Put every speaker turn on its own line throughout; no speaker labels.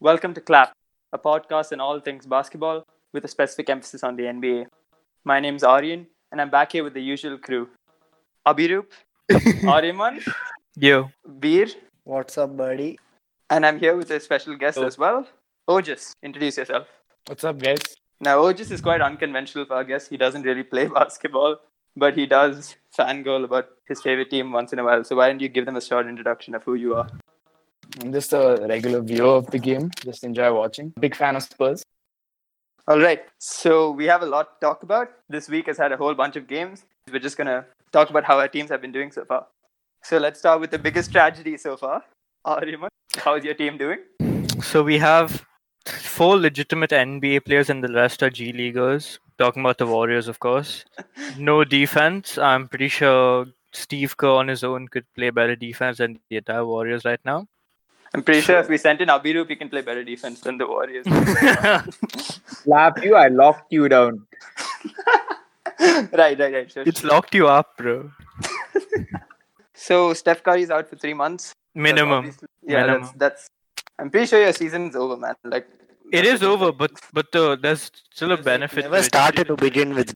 Welcome to Clap, a podcast on all things basketball with a specific emphasis on the NBA. My name's Aryan, and I'm back here with the usual crew. Abirup, Aryaman,
Yo.
Beer,
What's up, buddy?
and I'm here with a special guest as well, Ojas. Introduce yourself.
What's up, guys?
Now, Ojas is quite unconventional for our guest. He doesn't really play basketball, but he does fangirl about his favorite team once in a while. So why don't you give them a short introduction of who you are?
I'm just a regular viewer of the game. Just enjoy watching. Big fan of Spurs.
All right. So we have a lot to talk about. This week has had a whole bunch of games. We're just going to talk about how our teams have been doing so far. So let's start with the biggest tragedy so far. Ariman, how's your team doing?
So we have four legitimate NBA players and the rest are G Leaguers. Talking about the Warriors, of course. No defense. I'm pretty sure Steve Kerr on his own could play better defense than the entire Warriors right now.
I'm pretty sure if we sent in Abirup, he can play better defense than the Warriors.
slap you, I locked you down.
right, right, right. Sure,
it's
sure.
locked you up, bro.
So Steph Curry's out for three months. That's
Minimum.
obviously- Yeah,
Minimum.
That's, that's. I'm pretty sure your season's over, man. Like
It is over, but but the, there's still a benefit. to
Never
it.
started to begin with.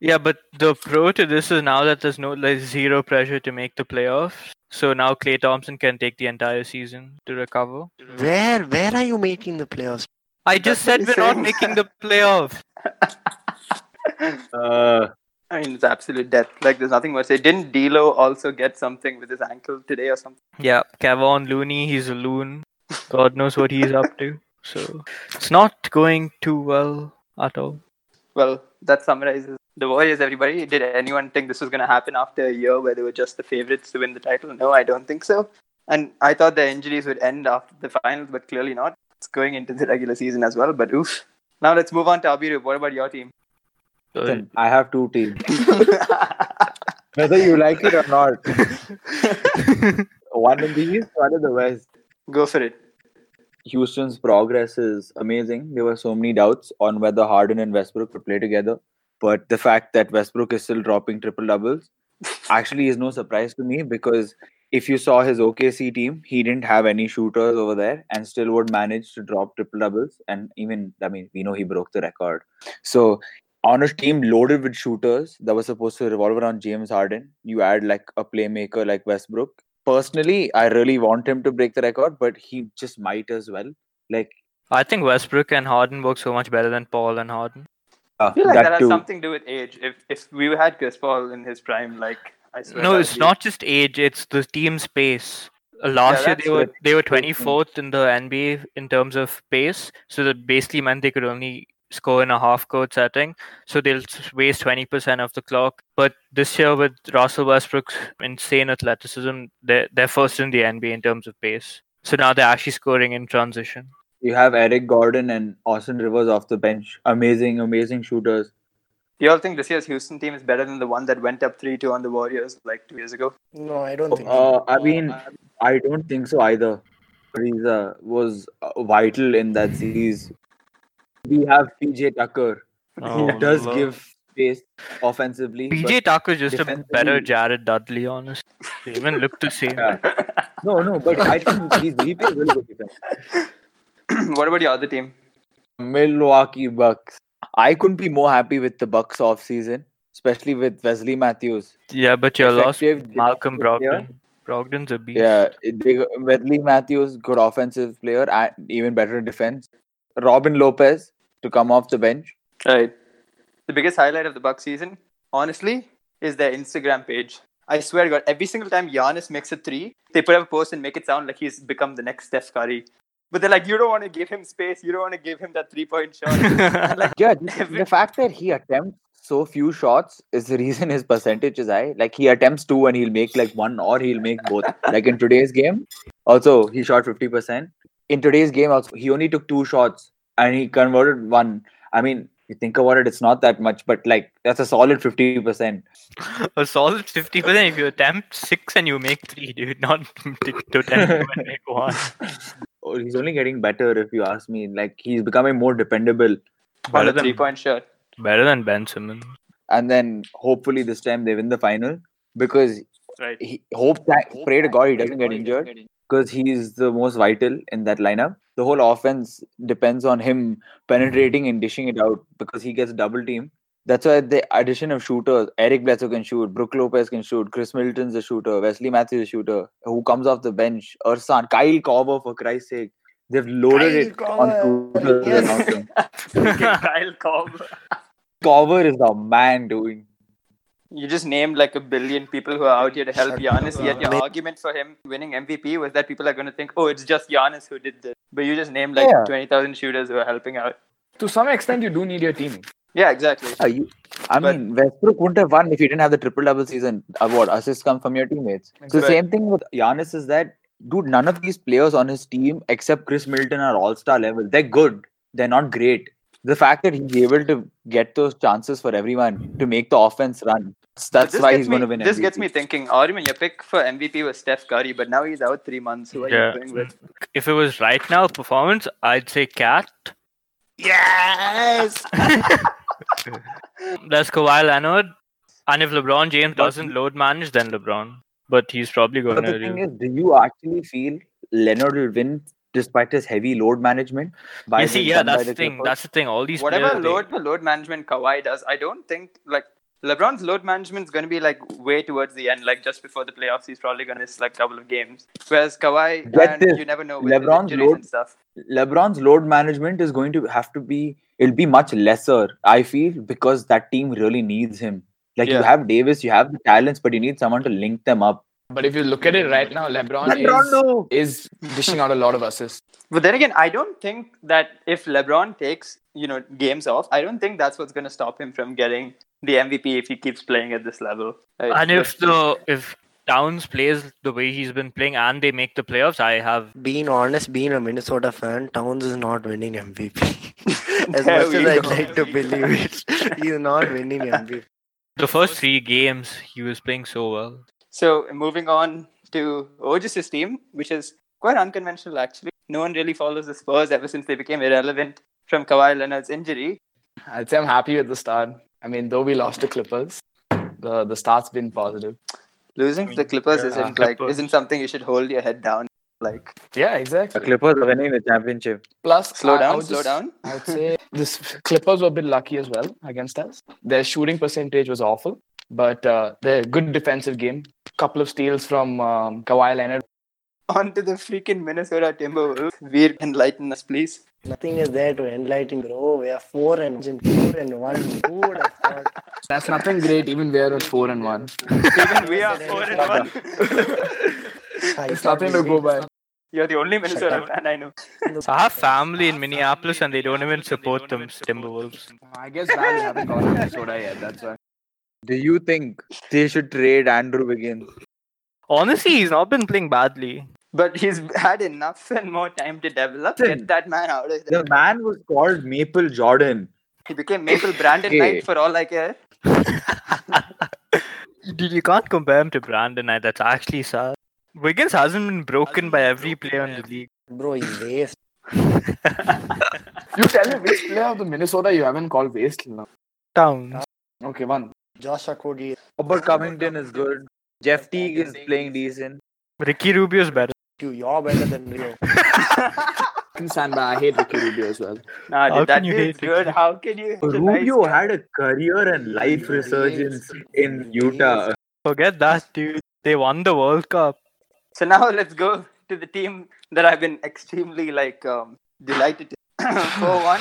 Yeah, but the pro to this is now that there's no like zero pressure to make the playoffs. So now Clay Thompson can take the entire season to recover.
Where where are you making the playoffs?
I just
That's
said we're
what
not
he's
making the playoffs.
Uh,
I mean, it's absolute death. Like there's nothing worse. It didn't D'Lo also get something with his ankle today or something?
Yeah, Kevon Looney, he's a loon. God knows what he's up to. So it's not going too well at all.
Well, that summarizes the Warriors, everybody. Did anyone think this was going to happen after a year where they were just the favorites to win the title? No, I don't think so. And I thought the injuries would end after the finals, but clearly not. It's going into the regular season as well, but oof. Now let's move on to Abiru. What about your team?
So
listen, I have two teams. Whether you like it or not, one in the East, one in the West.
Go for it.
Houston's progress is amazing. There were so many doubts on whether Harden and Westbrook would play together, but the fact that Westbrook is still dropping triple doubles actually is no surprise to me because if you saw his OKC team, he didn't have any shooters over there and still would manage to drop triple doubles. And even, I mean, we know he broke the record. So, on a team loaded with shooters that was supposed to revolve around James Harden, you add like a playmaker like Westbrook, personally, I really want him to break the record, but he just might as well. Like
I think Westbrook and Harden work so much better than Paul and Harden.
uh,
I feel like that,
that,
has
too.
something to do with age. If if we had Chris Paul in his prime, like I swear.
No,
that'd
it's
be-
not just age; it's the team's pace. Uh, Last year
that's
they were
good.
they were
Good point.
twenty fourth in the NBA in terms of pace, so that basically meant they could only score in a half court setting. So they'll s- waste twenty percent of the clock. But this year with Russell Westbrook's insane athleticism, they're they're first in the NBA in terms of pace. So now they're actually scoring in transition.
You have Eric Gordon and Austin Rivers off the bench. Amazing, amazing shooters.
Do you all think this year's Houston team is better than the one that went up three two on the Warriors like two years ago?
No, I don't think. so.
Uh, I mean, I don't think so either. Ariza was uh, vital in that series. We have PJ Tucker, who
Oh,
does
Lord.
give space offensively.
PJ Tucker's just a better
defensively-
Jared Dudley, honestly. They even look the same.
Yeah. but- no, no, but I think he's he plays really good defense.
what about your other team?
Milwaukee Bucks. I couldn't be more happy with the Bucks off season, especially with Wesley Matthews.
Yeah, but you lost
Effective
Malcolm
defensive player.
Brogdon. Brogdon's a beast.
Yeah, it- they, got- Wesley Matthews, good offensive player, and even better in defense. Robin Lopez to come off the bench.
Right. The biggest highlight of the Buck season, honestly, is their Instagram page. I swear to God, every single time Giannis makes a three, they put up a post and make it sound like he's become the next Steph Curry. But they're like, you don't want to give him space. You don't want to give him that three point shot.
like,
Yeah, just the fact that he attempts so few shots is the reason his percentage is high. Like he attempts two and he'll make like one or he'll make both. like in today's game, also he shot fifty percent. In today's game, also he only took two shots and he converted one. I mean, you think about it, it's not that much, but like that's a solid fifty percent.
a solid fifty percent if you attempt six and you make three, dude. Not to attempt two and make one.
Oh, he's only getting better if you ask me. Like he's becoming more dependable.
on
Better
a
than-
three point shot.
Better than Ben Simmons.
And then hopefully this time they win the final because
Right.
he hope that pray to God he doesn't get injured. because he's the most vital in that lineup. The whole offense depends on him penetrating and dishing it out because he gets double teamed. That's why the addition of shooters, Eric Bledsoe can shoot, Brooke Lopez can shoot, Chris Middleton's a shooter, Wesley Matthews is a shooter, who comes off the bench, Ersan, Kyle Korver for Christ's sake. They've loaded
Kyle
it on
Korver,
shooters.
yes.
and awesome.
Kyle Cobb.
Korver is the man doing.
You just named like a billion people who are out here to help
Shut
Giannis.
up,
Yet your
man.
argument for him winning MVP was that people are going to think, oh, it's just Giannis who did this. But you just named like
Yeah.
20,000 shooters who are helping out.
To some extent, you do need your team.
Yeah, exactly.
Yeah, you, I
But-
mean, Westbrook wouldn't have won if you didn't have the triple double season award. Assists come from your teammates. So
Exactly.
the same thing with Giannis is that, dude, none of these players on his team except Chris Middleton are all star level. They're good, they're not great. The fact that he's able to get those chances for everyone to make the offense run,
But
that's
this
why
gets
he's going to
me-
win.
This
MVP.
gets me thinking. Armin, your pick for MVP was Steph Curry, but now he's out three months. Who are
Yeah.
you going with?
If it was right now performance, I'd say Cat.
Yes.
That's Kawhi Leonard. And if LeBron James doesn't load manage, then LeBron. But he's probably going
But
to
the thing
do.
is, do you actually feel Leonard will win despite his heavy load management? By
You see,
being
yeah,
done by
that's the thing.
Clippers?
That's the thing. All these
Whatever
players, they-
load for load management Kawhi does, I don't think like LeBron's load management is going to be like way towards the end, like just before the playoffs. He's probably going to miss like couple of games. Whereas Kawhi,
Get
and
this,
you never know with his
LeBron's
injuries
load-
and stuff.
LeBron's load management is going to have to be it'll be much lesser, I feel, because that team really needs him. Like you
Yeah.
have Davis, you have the talents, but you need someone to link them up.
But if you look at it right now, LeBron, is, is dishing out a lot of assists.
But then again, I don't think that if LeBron takes you know games off, I don't think that's what's going to stop him from getting the MVP if he keeps playing at this level. Like,
and
that's just-
if the if Towns plays the way he's been playing and they make the playoffs, I have
Being honest, being a Minnesota fan, Towns is not winning MVP. as
There
much
we
as I'd
go.
like to believe it, he's not winning MVP.
the first three games he was playing so well.
So moving on to Ogis's team, which is quite unconventional actually. No one really follows the Spurs ever since they became irrelevant from Kawhi Leonard's injury.
I'd say I'm happy with the start. I mean, though we lost to Clippers, the the start's been positive.
Losing to the Clippers
yeah,
isn't like
Clippers.
isn't something you should hold your head down. Like
Yeah,
The
exactly.
Clippers are winning the championship.
Plus,
slow
I- I
down,
would
slow
just-
down.
I would say this Clippers were a bit lucky as well against us. Their shooting percentage was awful, but uh, they're a good defensive game. Couple of steals from um, Kawhi Leonard.
On to the freaking Minnesota Timberwolves. Veer, enlighten us, please.
Nothing is there to enlighten, bro. We are four and four and one. Who would have thought?
That's nothing great. Even we're at four and one.
Even we are four and one.
I
It's
thought
nothing to
maybe
go
it's
by.
You're the only Minnesota fan I know.
So I have family in Minneapolis and they don't even support them Timberwolves.
I guess Val haven't gone to Minnesota yet. That's why.
Do you think they should trade Andrew Wiggins?
Honestly, he's not been playing badly.
But he's had enough and more time to develop.
Listen,
Get that man out of there.
The man was called Maple Jordan.
He became Maple Brandon
Okay.
Knight for all I care.
Dude, you can't compare him to Brandon. I, that's actually sad. Wiggins hasn't been broken by every player in the league.
Bro, he's waste.
You tell me which player of the Minnesota you haven't called waste till now.
Towns.
Okay, one.
Josh Okogie.
Robert Covington is good. Jeff Teague is playing decent.
Ricky Rubio's better.
You, you're better than Rio.
I can stand by. I hate Ricky Rubio as well.
Nah,
How
dude, that
can you
feels
hate it?
good. How can you? deny
Rubio
Scott?
had a career and life resurgence in Utah.
Forget that, dude. They won the World Cup.
So now let's go to the team that I've been extremely like um, delighted to for one.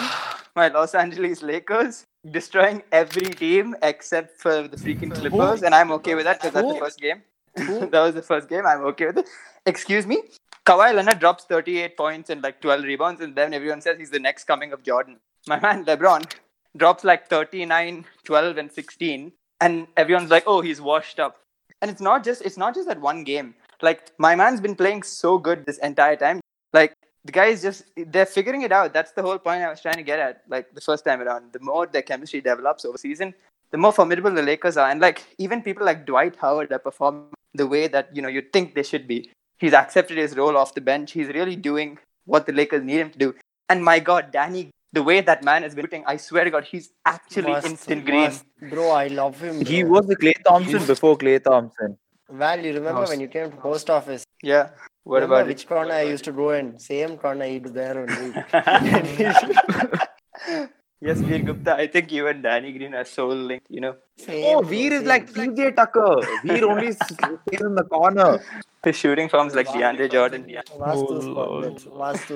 My Los Angeles Lakers destroying every team except for the freaking Clippers, and I'm okay with that because that's the
Who?
first game. that was the first game. I'm okay with it. Excuse me. Kawhi Leonard drops 38 points and like 12 rebounds, and then everyone says he's the next coming of Jordan. My man LeBron drops like 39, 12, and 16, and everyone's like, "Oh, he's washed up." And it's not just it's not just that one game. Like my man's been playing so good this entire time. Like the guys just they're figuring it out. That's the whole point I was trying to get at. Like the first time around, the more their chemistry develops over season, the more formidable the Lakers are. And like even people like Dwight Howard are performing the way that you know you think they should be. He's accepted his role off the bench. He's really doing what the Lakers need him to do. And my God, Danny, the way that man has been shooting, I swear to God, he's actually
Must-
instant green.
must. Bro, I love him.
He
bro.
was the Clay Thompson before Clay Thompson.
Val, you remember
Must.
when you came to post office?
Yeah. What
Remember
about it?
which corner I used to go and same corner I do there only.
yes, Veer Gupta. I think you and Danny Green are soul linked. You know,
Same,
Oh, Veer is
same.
like PJ Tucker. Veer only stays in the corner.
his shooting forms like DeAndre Jordan. Yeah.
Vastu's
Oh,
corner. Vastu.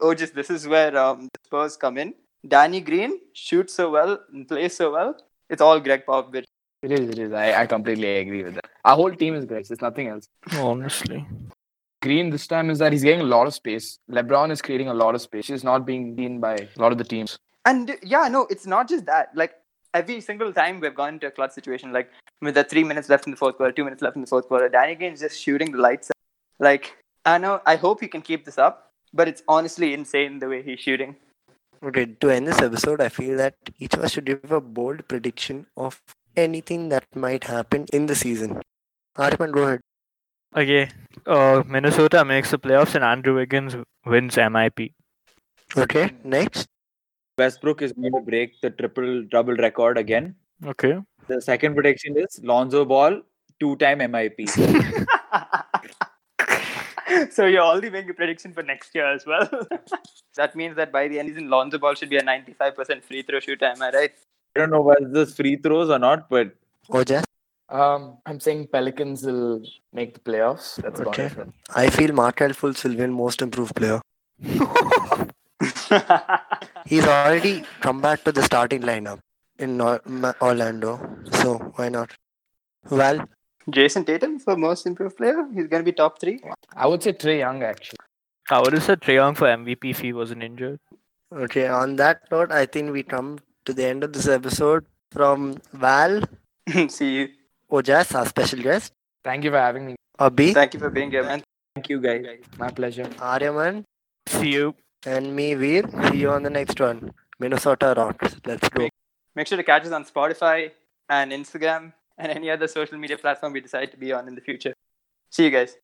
oh, just this is where um, the Spurs come in. Danny Green shoots so well and plays so well. It's all Greg Popovich.
It is, it is. I, I completely agree with that. Our whole team is great. There's nothing else.
Honestly.
Green this time is that he's getting a lot of space. LeBron is creating a lot of space. He's not being seen by a lot of the teams.
And uh, yeah, no, it's not just that. Like every single time we've gone into a clutch situation, like with the three minutes left in the fourth quarter, two minutes left in the fourth quarter, Danny Green's just shooting the lights. out. Like I know, I hope he can keep this up, but it's honestly insane the way he's shooting.
Okay, to end this episode, I feel that each of us should give a bold prediction of anything that might happen in the season. Arpan, go ahead.
Okay. Uh, Minnesota makes the playoffs and Andrew Wiggins wins MIP.
Okay, next.
Westbrook is going to break the triple double record again.
Okay.
The second prediction is Lonzo Ball, two time MIP.
so you're already making a prediction for next year as well. that means that by the end of the season, Lonzo Ball should be a 95% free throw shooter. Am I right?
I don't know whether this free throws or not, but
Ojas.
Um, I'm saying Pelicans will make the playoffs. That's about
Okay.
it.
I feel Markel Fultz will win most improved player. He's already come back to the starting lineup in Nor- Ma- Orlando, so why not? Well,
Jason Tatum for most improved player. He's going to be top three.
I would say Trey Young actually.
I would have said Trae Young for MVP if he wasn't injured.
okay, on that note, I think we come to the end of this episode from Val,
See you.
Ojas, our special guest,
Thank you for having me.
Abhi,
Thank you for being here, man.
thank you guys.
My pleasure.
Aryaman,
See you.
and me, Veer. See you on the next one. Minnesota Rocks. Let's go.
Make sure to catch us on Spotify and Instagram and any other social media platform we decide to be on in the future. See you guys.